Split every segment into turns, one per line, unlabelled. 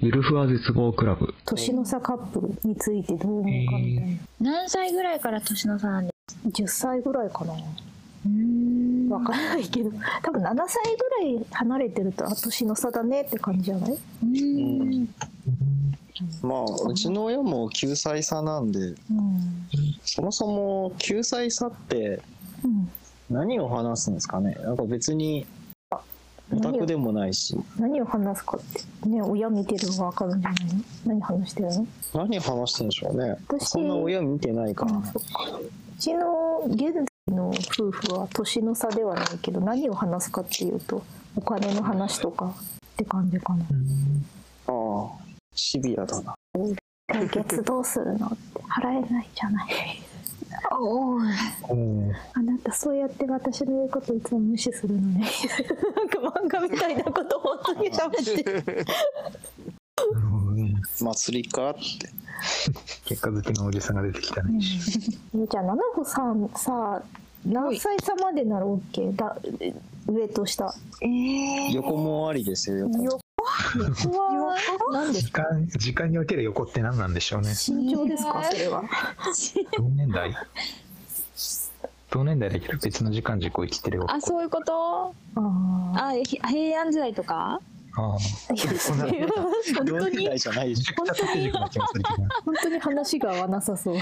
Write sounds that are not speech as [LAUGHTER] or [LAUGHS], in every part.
ゆるふわ絶望クラブ。
年の差カップルについてどう思うかみたいな、
何歳ぐらいから年の差なんで
10歳ぐらいかな
うーん
わからないけど多分7歳ぐらい離れてるとあ年の差だねって感じじゃない
うん
まあうちの親も9歳差なんで
うん、
そもそも9歳差って
うん、
何を話すんですかねなんか別にオタクでもないし
何を話すかってね親見てればわかるんじゃないの何話してるの
何話してんでしょうね
私
そんな親見てないから
あそっかうちの現在の夫婦は年の差ではないけど何を話すかっていうとお金の話とかって感じかな
ああシビアだな
解決どうするのって払えないじゃ [LAUGHS] ない
おー
うん
あなたそうやって私の言うこといつも無視するのね [LAUGHS] なんか漫画みたいなことを本当に喋ってる
なるほどね。
祭りかって
結果好きなおじさんが出てきたね。
え [LAUGHS] じゃあ七穂さんさ何歳差までなら OK だ上と下
えー、
横もありですよ横も
横横は何です
時間、時間における横って何なんでしょうね。
身長ですかそれは
同年代同年代だけど別の時間軸を生きてるよ。
あそういうこと
あ
あひ平安時代とか
ああ。
あ
そんな
同年代じゃないで
め
し
ちゃくちゃ縦軸な気もするけど。
[LAUGHS] 本当に話が合わなさそう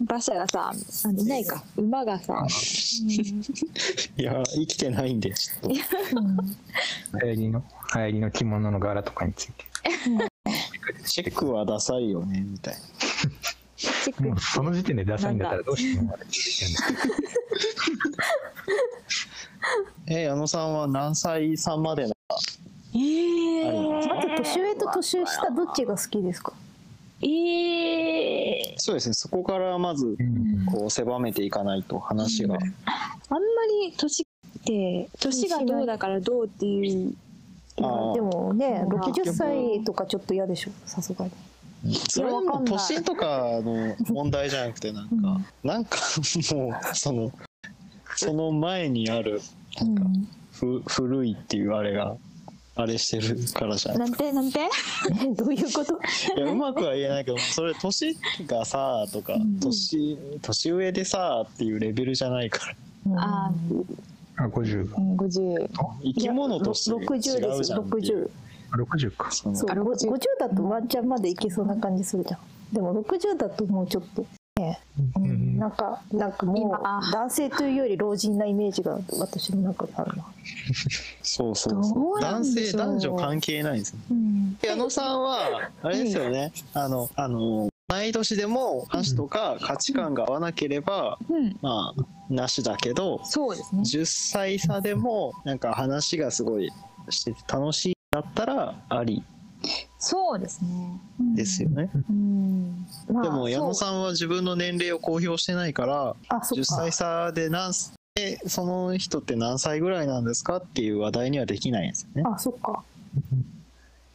馬車がさあいないか馬がさ
ょいや生きてないんでち [LAUGHS] ょっ
流行りの、流行りの着物の柄とかについて。
とチェックはダサいよねみたいな
チェック
もうその時点でダサいんだったらどうしてもあれって言ってるんだ
え矢野さんは何歳さんまでな
えー、
まず年上と年下どっちが好きですか
えー、
そうですねそこからまず
けどうん
こう狭めていかないと話が、
あんまり年って年がどうだからどうっていう
いや
ああ
でもね
まあ
60歳とかちょっと嫌でしょさすがに [LAUGHS]
それはもう年とかの問題じゃなくてなんか、なんかもうそのその前にあるなんかふ古いっていうあれがあれしてるからじゃない
なんてなんて
えどういうこと
いやうまくは言えないけどそれ年がさとか年年上でさっていうレベルじゃないから
あ
あ、50
ー50
生き物として違
60で
う
す
じゃんっていう
60
あ、60か。
その
そう
あ
ご
60
50だとワンチャンまでいけそうな感じするじゃんでも60だともうちょっとね
うん
なんかなんかも
今あ
う男性というより老人なイメージが私の中であるな
そうそうそう
どうなん
男
で
性
しょう
男女関係ないんですね
うん
矢野さんはあれですよねあのあの同い年でも話とか価値観が合わなければ、
うん
まあなしだけど
そうですね
10歳差でもなんか話がすごいしてて楽しいんだったらあり
そうですね
ですよね、
うん
まあ
でも矢野さんは自分の年齢を公表してないから
あそ
10
っか
歳差で何歳えその人って何歳ぐらいなんですかっていう話題にはできないんですよね。
あそっか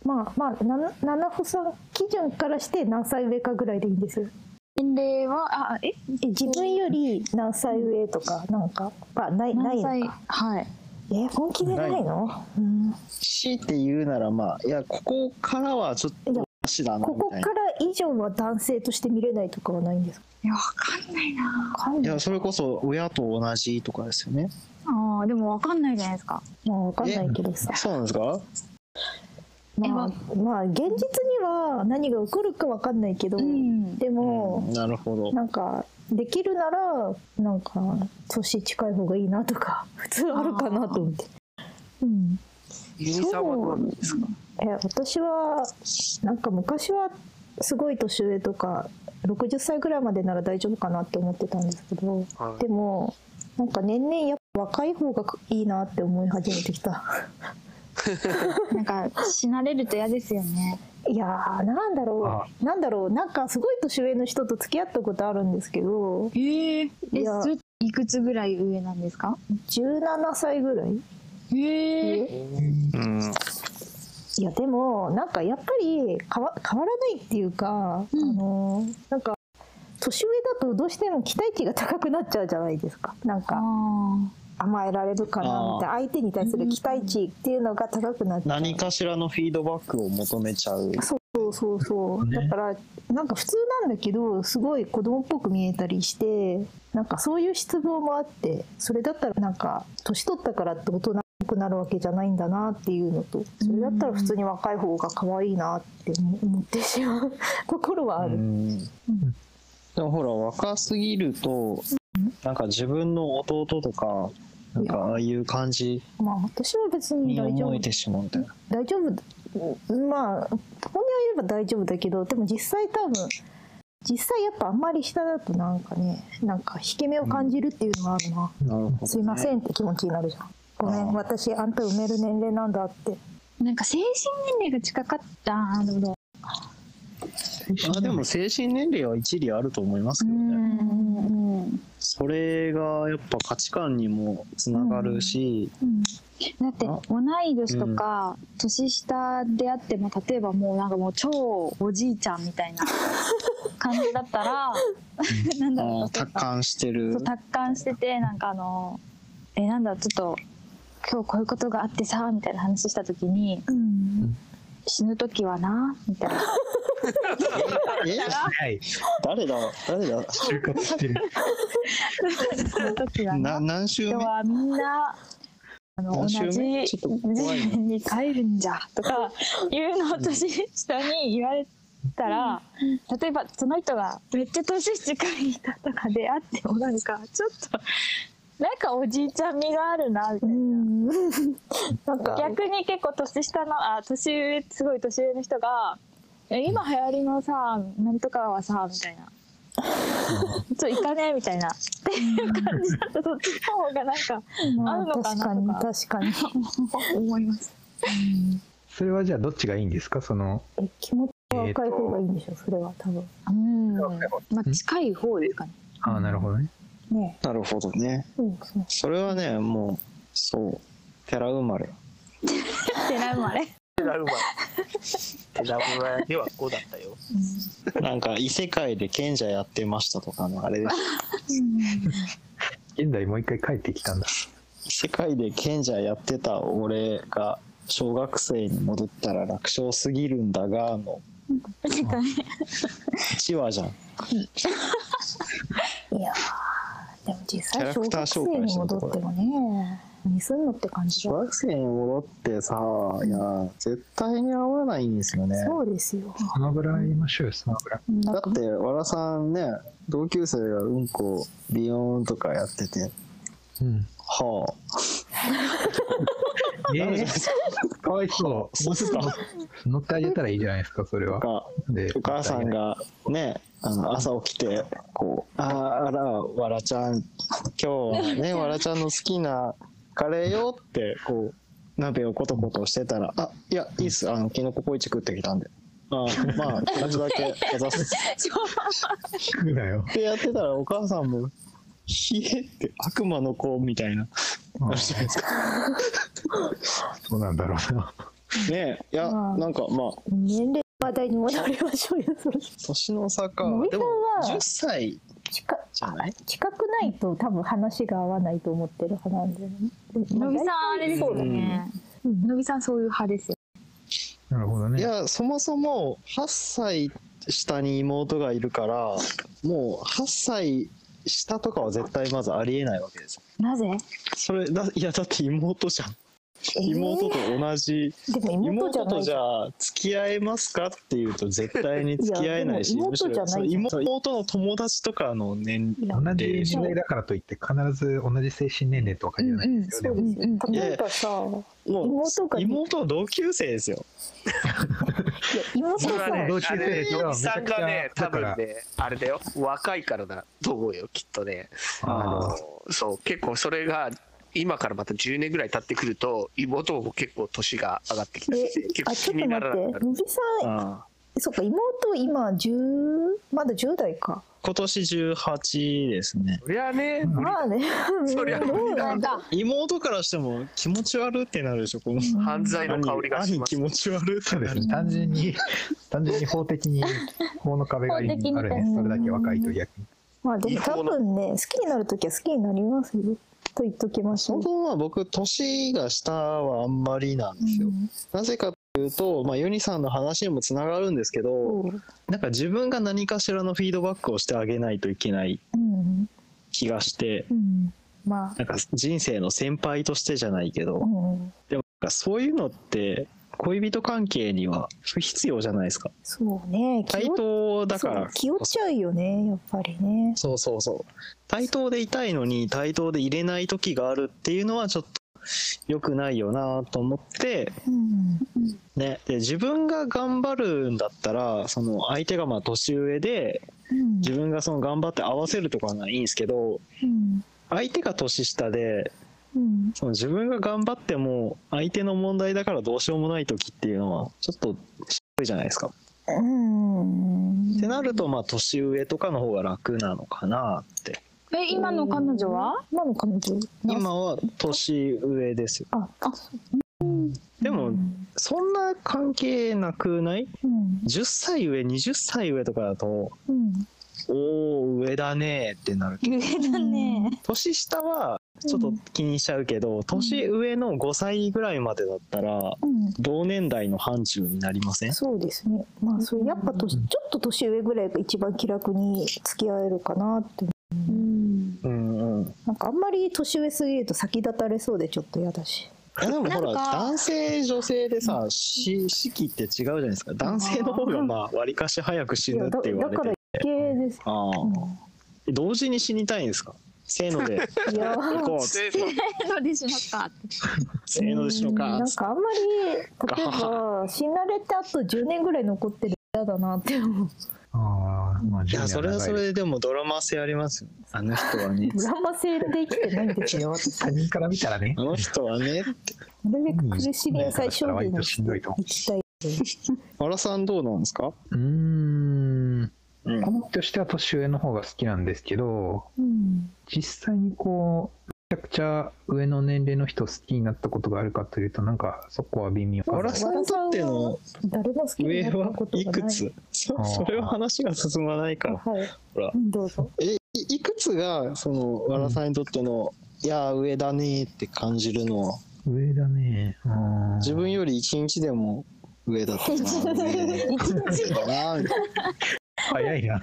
まあまあなな七穂さん基準からして何歳上かぐらいでいいんですよ
年齢はあえ
え自分より何歳上とかなんかがないない
何
の
歳
か
はい
え本気でないの、うん、
強いて言うならまあいやここからはちょっとなしだな
こ
み
こ
た
か
い
ら
な。
以上は男性として見れないとかはないんですか
いやわかんないな
わかん
い
ない
やそれこそ親と同じとかですよね。
あーでもわかんないじゃないですか
まあわかんないけどさ
そうなんですか？
え
まあまあ現実には何が起こるかわかんないけど、
うん
でも、
なるほど。
なんかできるならなんか年近い方がいいなとか [LAUGHS] 普通あるかなと思って。うん、
ユニサーはどうなんですか
え私はなんか昔はすごい年上とか60歳ぐらいまでなら大丈夫かなって思ってたんですけど
は
でもなんか年々やっぱ若い方がいいなって思い始めてき
[LAUGHS]
た。
なんか死なれると嫌ですよね
いやーなんだろ
あ
うなんだろうなんかすごい年上の人と付き合ったことあるんですけど
ええ
いや
それいくつぐらい上なんですか
17歳ぐらい
ええ
うん。
いやでもなんかやっぱり変わ変わらないっていうか、
うん
あのーなんか年上だとどうしても期待値が高くなっちゃうじゃないですかなん
あ
か
ー
甘えられるかなみたいな相手に対する期待値っていうのが高くなっちゃう
何かしらのフィードバックを求めちゃう
そうそうそう、
ね
だからなんか普通なんだけどすごい子供っぽく見えたりしてなんかそういう失望もあってそれだったらなんか年取ったからって大人っぽくなるわけじゃないんだなっていうのとそれだったら普通に若い方が可愛いなって思ってしまう [LAUGHS] 心はある、
うんでもほら若すぎるとなんか自分の弟とかなんかああいう感じ
まあ私は別に
に
大丈夫
思えてしまうみたいな
大丈夫だまあ本音を言えば大丈夫だけどでも実際多分実際やっぱあんまり下だとなんかねなんか引け目を感じるっていうのがあるな、
なるほど、ね、
すいませんって気持ちになるじゃん。ごめ
あ
ん、
ー
私あんた埋める年齢なんだって。
なんか精神年齢が近かったあーなるほど
あでも精神年齢は一理あると思いますけどね、
うんうん
それがやっぱ価値観にもつながるし、
だって
あ
同い年とか年下であっても例えばもうなんかもう超おじいちゃんみたい [LAUGHS] な感じだったらなんだ
あ
ろ
あ
う例え
達
ば
観してる
そう達観しててなんかあのえなんだろうちょっと今日こういうことがあってさみたいな話した時に
うん。
死ぬ時はなみたいな
え
はい
誰だ誰だ
就活してる
死ぬ時は
な
な
何週目
人はみんなあの同
何
じ
周目
時
ちょっと怖いな
に帰るんじゃとかいうのを年下に言われたら、例えばその人がめっちゃ年近い人とかであってもなんかちょっとなんかおじいちゃん味があるなみたいな。
うん。なんか、
逆に結構年下のあ年上すごい年上の人が「え今流行りのさなんとかはさ」み
[LAUGHS]
たいな「ちょっと行かねえ」みたいなっていう感じだとそっちの方がなんか
ま
合う
あ、
のか
確
な
かに、確かに。
思います。
それはじゃあどっちがいいんですかその
え、気持ちが
[LAUGHS]
若い方がいいんでしょ、それは多分。
うん、まあ
うん
近い方ですかね。
ああなるほどね
ね
なるほどね
え。うん、そう。
それはねもうそう寺生まれ
ってなもあれ。
テラウマテラウマでは5だったよ
なんか異世界で賢者やってましたとかのあれです
現代もう一回帰ってきたんだ
異世界で賢者やってた俺が小学生に戻ったら楽勝すぎるんだがの
なんかね
1話じゃん
いやーでも実際、
キャラ
小
クター
学生に戻ってもね、何すんのって感じ
小
だ。
学生に戻ってさいや絶対に合わないんですよね
そうですよ。
スマブラやりましょうよスマブラ
なん
だ
か
って和田さんね同級生がうんこビヨーンとかやってて
うん
はあ
え
ダメじゃない
え
です
[LAUGHS] かわいそう
そうっす [LAUGHS] か
乗ってあげたらいいじゃないですかそれは
か
で
お母さんがねあの朝起きてこう「あーあらわらちゃん今日は
[LAUGHS]
ねわらちゃんの好きなカレーよ」ってこう鍋をコトコトしてたら「あいやいいっすあの昨日ココイチ食ってきたんで」あーまあ同じだけかざす
聞くなよ
ってやってたらお母さんも「ひえ」って悪魔の子みたいな [LAUGHS]
あ
あるじゃないですか
そうなんだろうな [LAUGHS]
ねえいや
うん
なんかまあ
年齢の話題に戻りましょうよ、それ。
年の差か
森
で
さん
も
は
10歳
近
じゃない
近くないと多分話が合わないと思ってる派なんでね。
のびさんあれですよね。
うん
のびさんそういう派ですよ。
なるほど
い
ね
やそもそも8歳下に妹がいるからもう8歳下とかは絶対まずありえないわけです
なぜ？
それだいやだって妹じゃん妹と同じ、
でも妹じ
妹
ゃな
と
い
じ
じゃん。
ゃあ付き合えますかっていうと絶対に付き合えないし
いやでも
むしろ
妹じゃないじゃん
そう妹の友達とかの年
いや
同じ年代だからといって必ず同じ精神年齢とは限らないですよね、
そうで
でも
すよ
ん
例えばさ、
もう
妹が
妹は同級生ですよ
いや妹
それ
さ、
はね
同級生
あれ
でしょ
嫁さんがね
めちゃく
多
ちゃ
分ねあれだよ若いからだと思うよきっとねあ
あ
のそう結構それが今からまた10年ぐらい経ってくると妹も結構年が上がってきた
え
し結
あ
構
ちょ
気
っと
になら
待って、
なくなる
のびさん、
ああ
そっか妹今10まだ10代か。
今年18ですね
そりゃね
まあね、
そりゃ
どうなんだ。
妹からしても気持ち悪ってなるでしょこの
犯罪の香りがし
兄
ま
気
す
持ち悪って
そうで
な
す
[LAUGHS]
る
ね単純に単純に法的に法の壁があるんです
法的に
それだけ若いと逆に
まあでも多分ね、好きになるときは好きになりますよ。
と言っときましょ
本
う。
当は僕年が下はあんまりなんですよ、なぜかというと、まあ、ユニさんの話にもつながるんですけど
そう
なんか自分が何かしらのフィードバックをしてあげないといけない
うん
気がして
うんまあ
なんか人生の先輩としてじゃないけど、
うん
でもなんかそういうのって恋人関係には不必要じゃないですか
そうね気
対
を
等だから
そう気負っちゃうよねやっぱりね
そうそうそう対等でいたいのに対等で入れない時があるっていうのはちょっと良くないよなと思って
うん
ね、で自分が頑張るんだったらその相手がまあ年上で
うん
自分がその頑張って合わせるとかならいいんですけど
うん
相手が年下で
うん
その自分が頑張っても相手の問題だからどうしようもない時っていうのはちょっとしんどいじゃないですか。
うん
ってなるとまあ年上とかの方が楽なのかなって
え、今の彼女は
今の彼女な
今は年上ですよ。
ああ
でもそんな関係なくない
うん
10歳上20歳上とかだと
うん
おー上だねーってなるけど
上だね。
年下はちょっと気にしちゃうけど、年上の5歳ぐらいまでだったら
うん
同年代の範疇になりません
そうですねまあそれやっぱ年ちょっと年上ぐらいが一番気楽に付き合えるかなって
うん。
うんうん
なんかあんまり年上すぎると先立たれそうでちょっと嫌だし
でもほ
な
ら
んか
男性女性でさし式って違うじゃないですか男性の方がまあわりかし早く死
い
ぬ
や
っ
だ
て言わ
だ
れ
か
て
ら
る
余計
[LAUGHS]
です
ああ同時に死にたいんですかせーの
[LAUGHS]
で
いやー
行こう
せーの
のでしなかった。
せーのでしよう
な
か
んかあんまり例えば死なれてあと10年ぐらい残ってる嫌だなって思う
ああ、まあ、
いやそれはそれでもドラマ性ありますよあの人はね
ドラマ性で生きてないんですよ私
他人から見たらね
[LAUGHS] あ、の人はね
なるべく苦しみを最小限にしていきたい
原さんどうなんですか、
うーん、
うん
好みとしては年上の方が好きなんですけど、
うん
実際にこう、めちゃくちゃ上の年齢の人を好きになったことがあるかというと、なんかそこは微妙。
和田さんにとっての
誰も好きに
上
なった
は
こと
い
が
く
ない
つそ
あー
それは話が進まないから
はい
ほら
うんどうぞ
えいいくつがその和田さんにとっての、いやー上だねーって感じるのは
上だね。うーん
自分より一日でも上だったな [LAUGHS] 一日だなみたいな
早いな。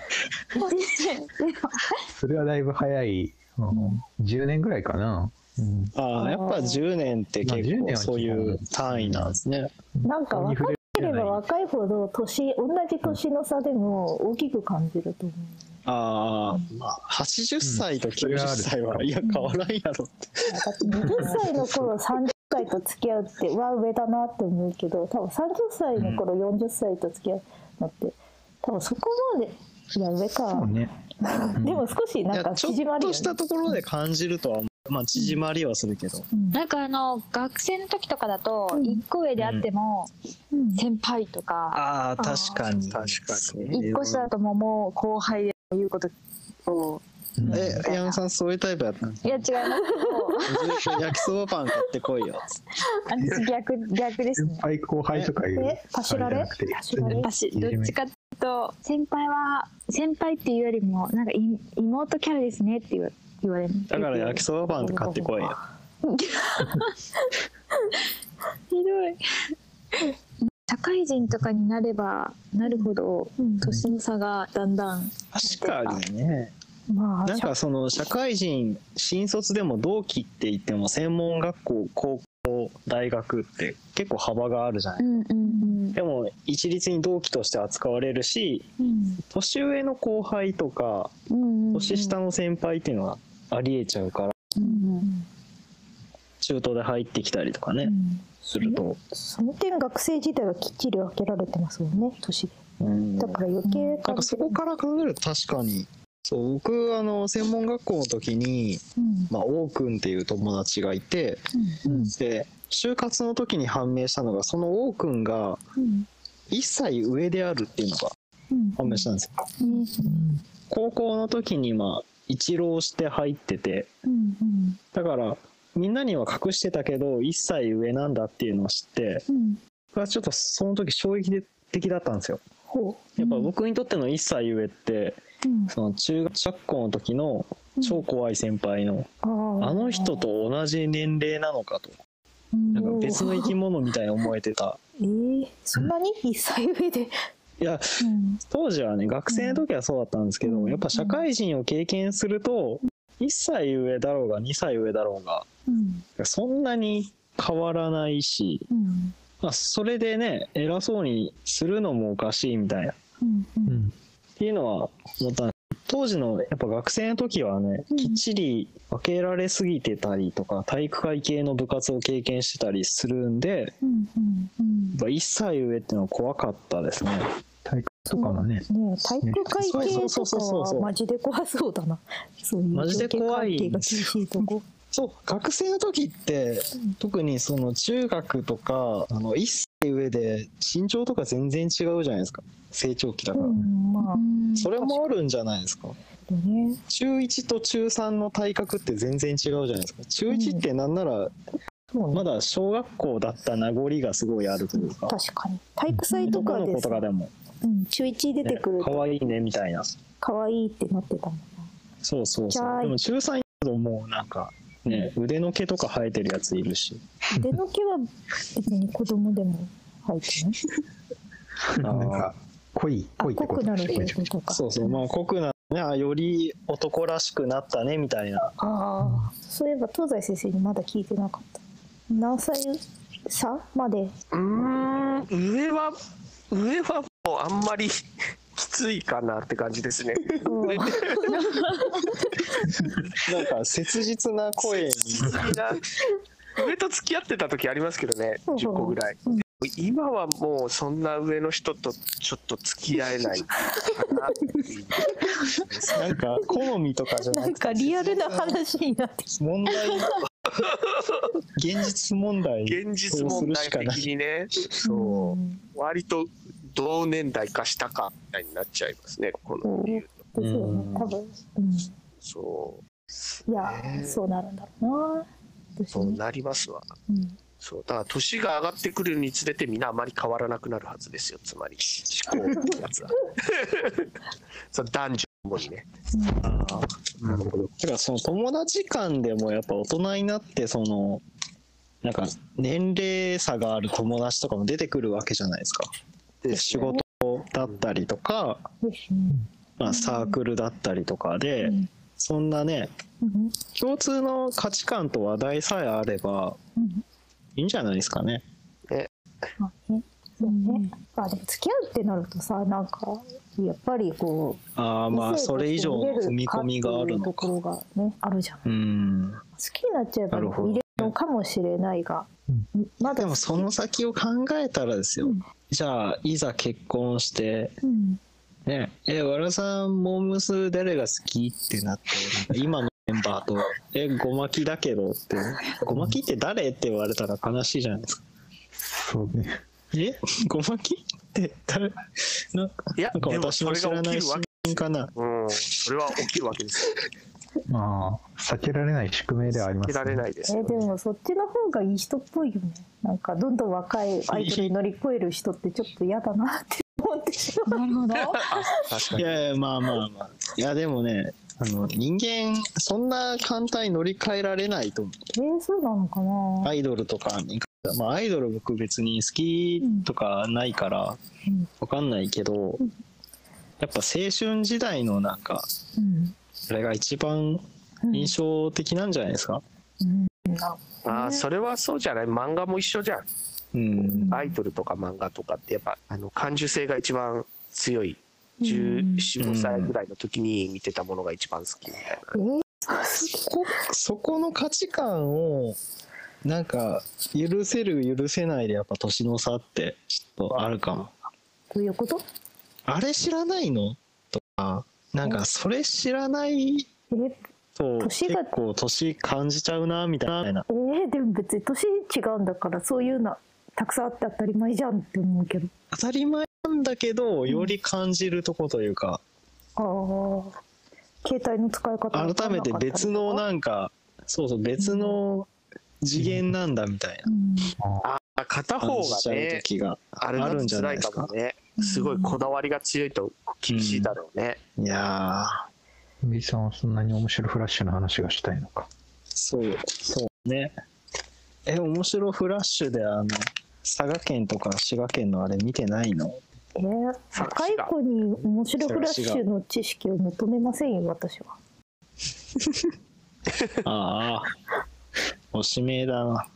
それはだいぶ早い。うん、10年ぐらいかな。うん、
あーやっぱ10年って
まあ
結
10年
構
は
そういう単位なんですね
なんか若ければ若いほど年同じ年の差でも大きく感じると思
あー、まあ80歳と90歳は、
うん
いや変わらんやろって
うだって20歳の頃30歳と付き合うっては上だなって思うけど多分30歳の頃40歳と付き合うのって多分そこまでいや上
そう
か、
ね。うん
でも少し
い
なん
や
か
ちょ
縮ま
っ
るよ
と
ね
したところで感じるとはまあ縮まりはするけど、
うん
なんかあの学生の時とかだと
うん
一個上であっても
うん
先輩とか
ああ
ー
確かに
確かに
一個下だともうもう後輩で言うことを
うん
え矢野さんそういうタイプやったんです
いや違いますけど
焼きそばパン買ってこいよっつって
私逆逆です
先
ね。
輩後輩とかいう
えパシられ
あじゃな
パ
く
シ
て
られ
私どっちかっていうと先輩は先輩っていうよりもなんかい妹キャラですねって言わ言われる
だから焼きそばパン買ってこいよ
ひどい社会人とかになればなるほど年の差がだんだん
確かにね
まあ
なんかその社会人新卒でも同期って言っても専門学校高校大学って結構幅があるじゃない、
うんうん
でも一律に同期として扱われるし
うん
年上の後輩とか
うん
年下の先輩っていうのはありえちゃうから
うん
中東で入ってきたりとかね、すると、
その点学生時代はきっちり分けられてますもんね年で
うん
だから余計
なんかそこから考えると確かにそう僕あの専門学校の時に、
うん
まあ、王くんっていう友達がいて、で就活の時に判明したのがその王くんが
うん
1歳上であるっていうのが
うん
判明したんですよ。高校の時にまあ一浪して入ってて
うんうん
だからみんなには隠してたけど1歳上なんだっていうのを知って
うん
僕はちょっとその時衝撃的だったんですよ。やっぱ僕にとっての1歳上って
うん
その中学校の時の超怖い先輩の
あ
あの人と同じ年齢なのかとなんか別の生き物みたいに思えてた
えー、そんなに一歳上で、
いや当時はね学生の時はそうだったんですけど、
うん
やっぱ社会人を経験すると、1歳上だろうが2歳上だろうが
うん
そんなに変わらないし、
うん
まあ、それでね偉そうにするのもおかしいみたいなっ
うんう
うんん
ていうのは思ったんです当時のやっぱ学生の時はね、
うん
きっちり分けられすぎてたりとか体育会系の部活を経験してたりするんで
うんうんうん
やっぱ1歳上っていうのは怖かったですね。
体育とかもね
ねえ体育会
そ
系
うそ
と
うそうそう
か
そう
はマジで怖そうだなそういう
マジで怖
上下関係が
い
厳しいとこ
そう学生の時って特にその中学とかあの1歳上で身長とか全然違うじゃないですか成長期だから、
うんま
それもあるんじゃないですか
あね
中1と中3の体格って全然違うじゃないですか中1ってなんなら
そう
ま
ね
だ小学校だった名残がすごいあるというか
確かに体育祭と
男
か
の
で
子とかでも、
うん、中1出てくる
か
と
わいいねみたいな
可愛いってなってたもん
そうそう
か
そ
わいい
うでも中3だともうなんかね腕の毛とか生えてるやついるし
[LAUGHS] 腕の毛は別に子供でも入ってない
なんか濃い
あ
濃いって
濃
こと
くなるって
濃い
いうことか
そうそうまあ濃くなねあより男らしくなったねみたいな
ああそういえば東西先生にまだ聞いてなかった何歳差まで
うーん上は上はもうあんまり [LAUGHS] きついかなって感じですね。
うん
なんか切実な声
[LAUGHS]
に
いや上と付き合ってた時ありますけどね
ほうほ
10
う
個ぐらい。今はもうそんな上の人とちょっと付き合えないかなっていう
なんか好みとかじゃな
なん
くて
かリアルな話になってき [LAUGHS]
問題現実問題
現実問題的にね
た。
そ
う
う
ん
割と同年代化したかみたいになっちゃいますねこの理由
ですよね、多分。うん。
そう
いや、そうなるんだろうな。
そうなりますわそうだから年が上がってくるにつれてみんなあまり変わらなくなるはずですよつまり思考ってやつは [LAUGHS] そう男女ともにね
ああ
なるほど
だからその友達間でもやっぱ大人になってそのなんか年齢差がある友達とかも出てくるわけじゃないですか仕事だったりとか、
うん。ですね。
まあ、サークルだったりとかで、
うん
そんなね
うん
共通の価値観と話題さえあれば
うん
いいんじゃないですかね。
まあねそうね。あ、でも付き合うってなるとさ、なんか、やっぱりこう、
ああまあ
異性
そ
と
れ以上の踏み込みがある
見れ
の
かってい
か。
うところがね、あるじゃん。好
うん。
きになっちゃえば
なるほど
見れるのかもしれないが
うん、
まだ
でもその先を考えたらですよ。
うん
じゃあいざ結婚して
うん
ねえ和田さんモームス誰が好きってなってなんか今のメンバーと [LAUGHS] 「えごまきだけど」って「ごまきって誰?」って言われたら悲しいじゃないですか。
そうね
えごまきって誰なんか
いや
なんか
でも
私
そ
の
れ
知ら
が起
な
き
い
る
シ
わけ
ーンかな。
うんそれは起きるわけですよ
[LAUGHS]
まあ避けられない宿命ではありま
受
す
けられないです
え
よ
でもそっちの方がいい人っぽいよねなんかどんどん若いアイドルに乗り越える人ってちょっと嫌だなって思ってしまう
なるほど。
確か
い
に
やいやまあまあまあいやでもねあの人間そんな簡単に乗り換えられないと思
[LAUGHS] えー、そうなのか
う
な、
アイドルとかにまあアイドル僕別に好きとかないから
うん
わかんないけど
ん
やっぱ青春時代のなんか
うん
それが一番
うん
印象的なんじゃないですか
うんな
あーそれはそうじゃない漫画も一緒じゃん
うん
アイドルとか漫画とかってやっぱあの感受性が一番強い
うん
1415歳ぐらいの時に見てたものが一番好きみたいな
えー、
そこそこの価値観をなんか許せる許せないでやっぱ年の差ってちょっとあるかも
どういうこと
あれ知らないのとかなんかそれ知らない
えー、
と
年
結
が
構年感じちゃうなみたいな
えーでも別に年違うんだからそういうのたくさんあって当たり前じゃんって思うけど
当たり前なんだけどより感じるとこというか
ああ携帯の使い方わか
改
んなかっ
め
た
て
りとか
別のなんかそうそう別の次元なんだみたい
うん
あ片
な感
方
じち
が
ゃう
ね
時が
あ
あ
れだ
る
と
んじゃない
辛い
です
か
か
もねすごいこだわりが強いと厳しいだろうね
いや
B さんはそんなに面白フラッシュの話がしたいのか。
そう、そうね。え、面白フラッシュで、あの、佐賀県とか滋賀県のあれ見てない [LAUGHS] の
えー、若い子に面白フラッシュの知識を求めませんよ私は
ああ、おしめえだな。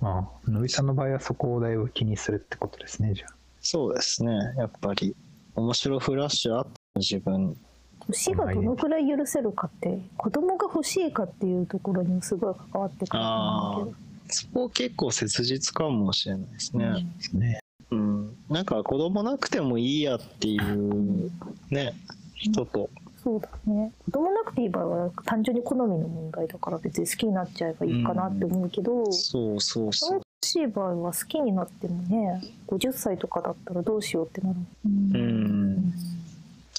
まあ、のびさんの場合はそこをだいぶ気にするってことですね、じゃあ。
そうですね、やっぱり。面白フラッシュあった自分。
年がどのくらい許せるかって子供が欲しいかっていうところにもすごい関わってくると思うんだ
そこ結構切実かもしれないですね。
ですね。
うん、なんか子供なくてもいいやっていうね人と
けどそうだね子供なくていい場合は単純に好みの問題だから別に好きになっちゃえばいいかなって思うけど、子
そうそう
供
そう
欲しい場合は好きになってもね50歳とかだったらどうしようってなる
うん
うん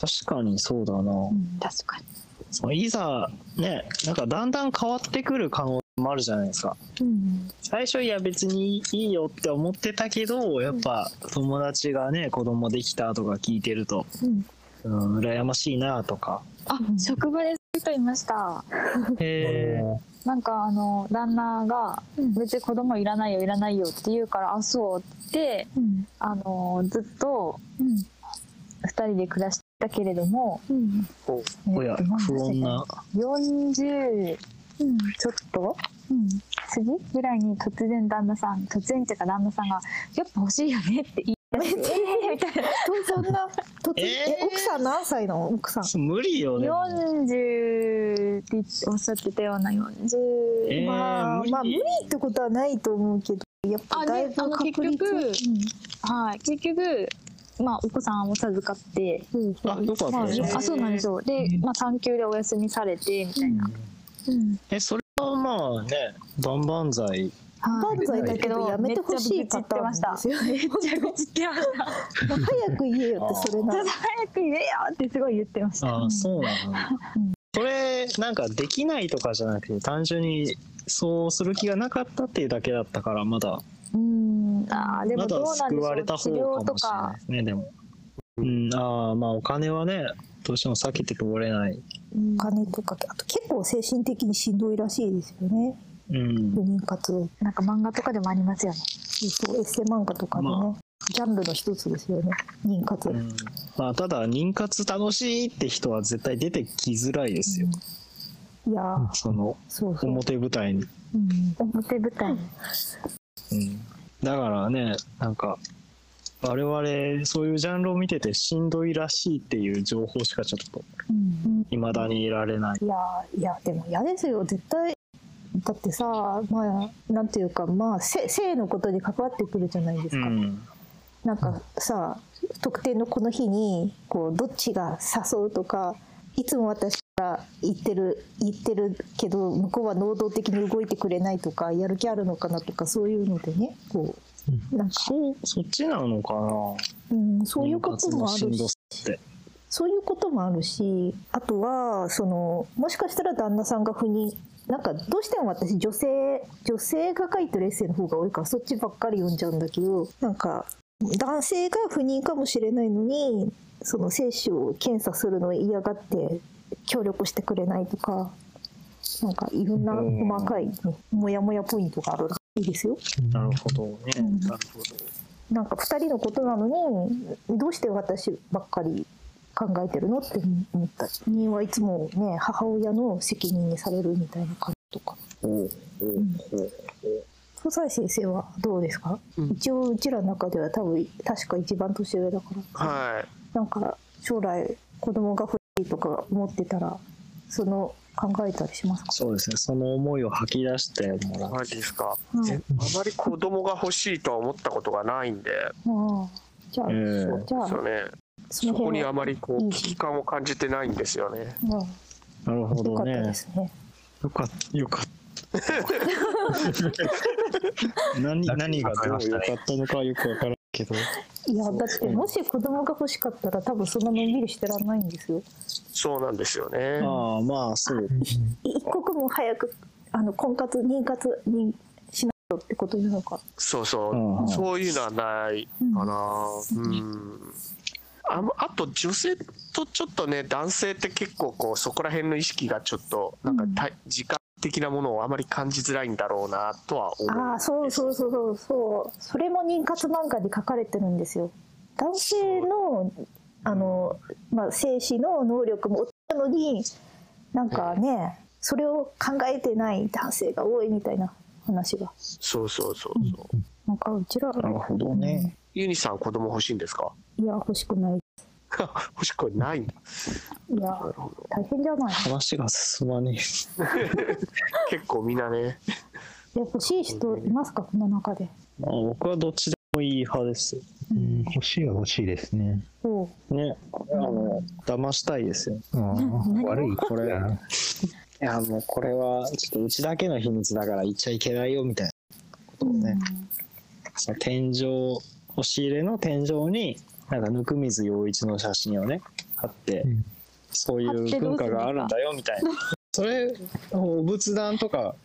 確かにそうだな、
確かに。
そのいざねなんかだんだん変わってくる可能性もあるじゃないですか
うん
最初いや別にいいよって思ってたけどやっぱ友達がね子供できたとか聞いてると、
うん
うん、羨ましいなとか
あ、職場でそういう人いました。
へ
おー
なんかあの旦那が別に子供いらないよいらないよって言うからあそうって
うん
あのずっと二人で暮らしてたけれども、
うん
えー
おや
と何でしたっ
不
け
穏な
40ちょっと、次ぐらいに突然旦那さん突然っていうか旦那さんが「やっぱ欲しいよね」って言い出して「えーみたいな
そんな突然、
えー
え奥さん何歳の奥さん
無理よね
40っておっしゃってたような40。
えー
まあ、まあ無理ってことはないと思うけどやっ
あ
ぱだい
で
ぶ
あの
確
結
率
局、はい結局まあお子さんを授かって、
あよかった
まあ、
ね
あそうなんですよで、まあ、産休でお休みされてみたいな、
えそれはまあね万々歳
は
万歳だけどやめてほしいパターンなんですよね。
いめっちゃ愚痴ってました [LAUGHS]
早く言えよってそれな [LAUGHS] ら。
早く言えよってすごい言ってました
ああそうなんだそれなんかできないとかじゃなくて単純にそうする気がなかったっていうだけだったからまだ
うんあーで
ま
もどうなん
だ
で
救われ
したょう治
方
療
か
と
もしれな
か
いですねでもうんああまあお金はねどうしても避けて通れない
お金とかあと結構精神的にしんどいらしいですよね。
うん
不妊活動
なんか漫画とかでもありますよね
そうエッセイ漫画とかでね、
ま
ジャンルの一つですよね。妊活。
うんまあただ妊活楽しいって人は絶対出てきづらいですよ
いやー
その
そうそう。
表舞台に
うん
表舞台
うんだからねなんか我々そういうジャンルを見ててしんどいらしいっていう情報しかちょっと未だに得られない
いやーいやでも嫌ですよ絶対だってさまあなんていうかまあ性性のことに関わってくるじゃないですか。
うん
なんかさ特定のこの日にこうどっちが誘うとかいつも私が言ってる言ってるけど向こうは能動的に動いてくれないとかやる気あるのかなとかそういうのでねこうなんか、
そうそっちなのかな
うん、そういうこともあ
妊活のしん
る
ど
し
さって
そういうこともあるしあとはそのもしかしたら旦那さんが不妊なんかどうしても私女性女性が書いてるエッセイの方が多いからそっちばっかり読んじゃうんだけどなんか男性が不妊かもしれないのにその精子を検査するのを嫌がって協力してくれないとかなんかいろんな細かい、ね、モヤモヤポイントがあるらしいですよ。
なるほどね、なるほ
なんか2人のことなのにどうして私ばっかり考えてるのって思った人間はいつもね母親の責任にされるみたいな感じとか
どおうおうおう
総裁先生はどうですか、
うん
一応うちらの中では多分確か一番年上だから、
はい
なんか将来子供が欲しいとか思ってたらその考えたりしますか
そうですねその思いを吐き出してもらう
マジですか、
うん
ぜあまり子供が欲しいとは思ったことがないんで、
ああじゃあ、
ええ
そうじゃ
そう
あ
ね、
そ
そ
の
こ
辺
にあ
は
まりこ
いうい
危機感を感じてないんですよね。
うん
なるほ
よかっ
ど
た
ね
ですね
よかったよかった [LAUGHS] 何何がどうよかったのかはよくわからんけど
いやだってもし子供が欲しかったら多分そんなのんびりしてらんないんですよ。
そうなんですよね。
ああまあそう
い一刻も早くあの婚活妊活にしないとってことなのか。
そうそう、
うん
そういうのはないかな。うん。あのあと女性とちょっとね男性って結構こうそこら辺の意識がちょっとなんかた、時間的なものをあまり感じづらいんだろうなとは思う
ああそうそうそうそうそうそれも妊活なんかで書かれてるんですよ男性のあの、まあ、精子の能力も落ちたのになんかね、それを考えてない男性が多いみたいな話が
そうそうそうそう、
なんかうちら
なるほどね。
ユニさん子供欲しいんですか [LAUGHS]
いや欲しくない
欲しくないんだ
いや
なるほど
大変じゃない
話が進まね
結構みんなね
いや欲しい人いますかこの中で
え。 [LAUGHS] まあ僕はどっちでもいい派です。
うん欲しいは欲しいですね。
おう
ね。これはもう騙したいですよ。
あー悪い
これ
だない
やもうこれはちょっとうちだけの秘密だから言っちゃいけないよみたいなことをね、その天井押し入れの天井になんか温水洋一の写真をね貼って、
うん
そういう文化があるんだよみたいなそれお仏壇とか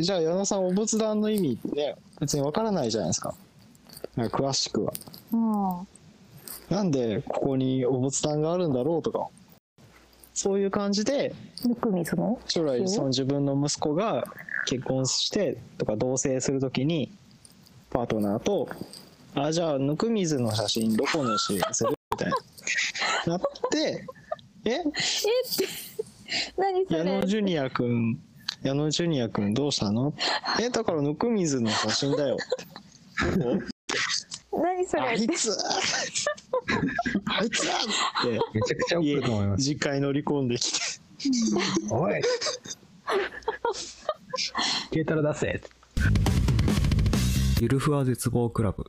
じゃあ矢野さんお仏壇の意味ね別にわからないじゃないですかなんか詳しくは
うん
なんでここにお仏壇があるんだろうとかそういう感じで
ぬくみその
将来その自分の息子が結婚してとか同棲するときにパートナーと「あじゃあぬくみずの写真どこのシーンする?」みたいななって [LAUGHS] 「え
何そ
矢
れ
野ジュニア君矢野ジュニア君どうしたの?」えだからぬくみずの写真だよ
[LAUGHS] 何そ
あ
れ
いつあいつだ!」って
めちゃくちゃ怒
家
ると思います。
実家に乗り込んできて
お [LAUGHS] い軽トラ出せ
ゆるふわ絶望クラブ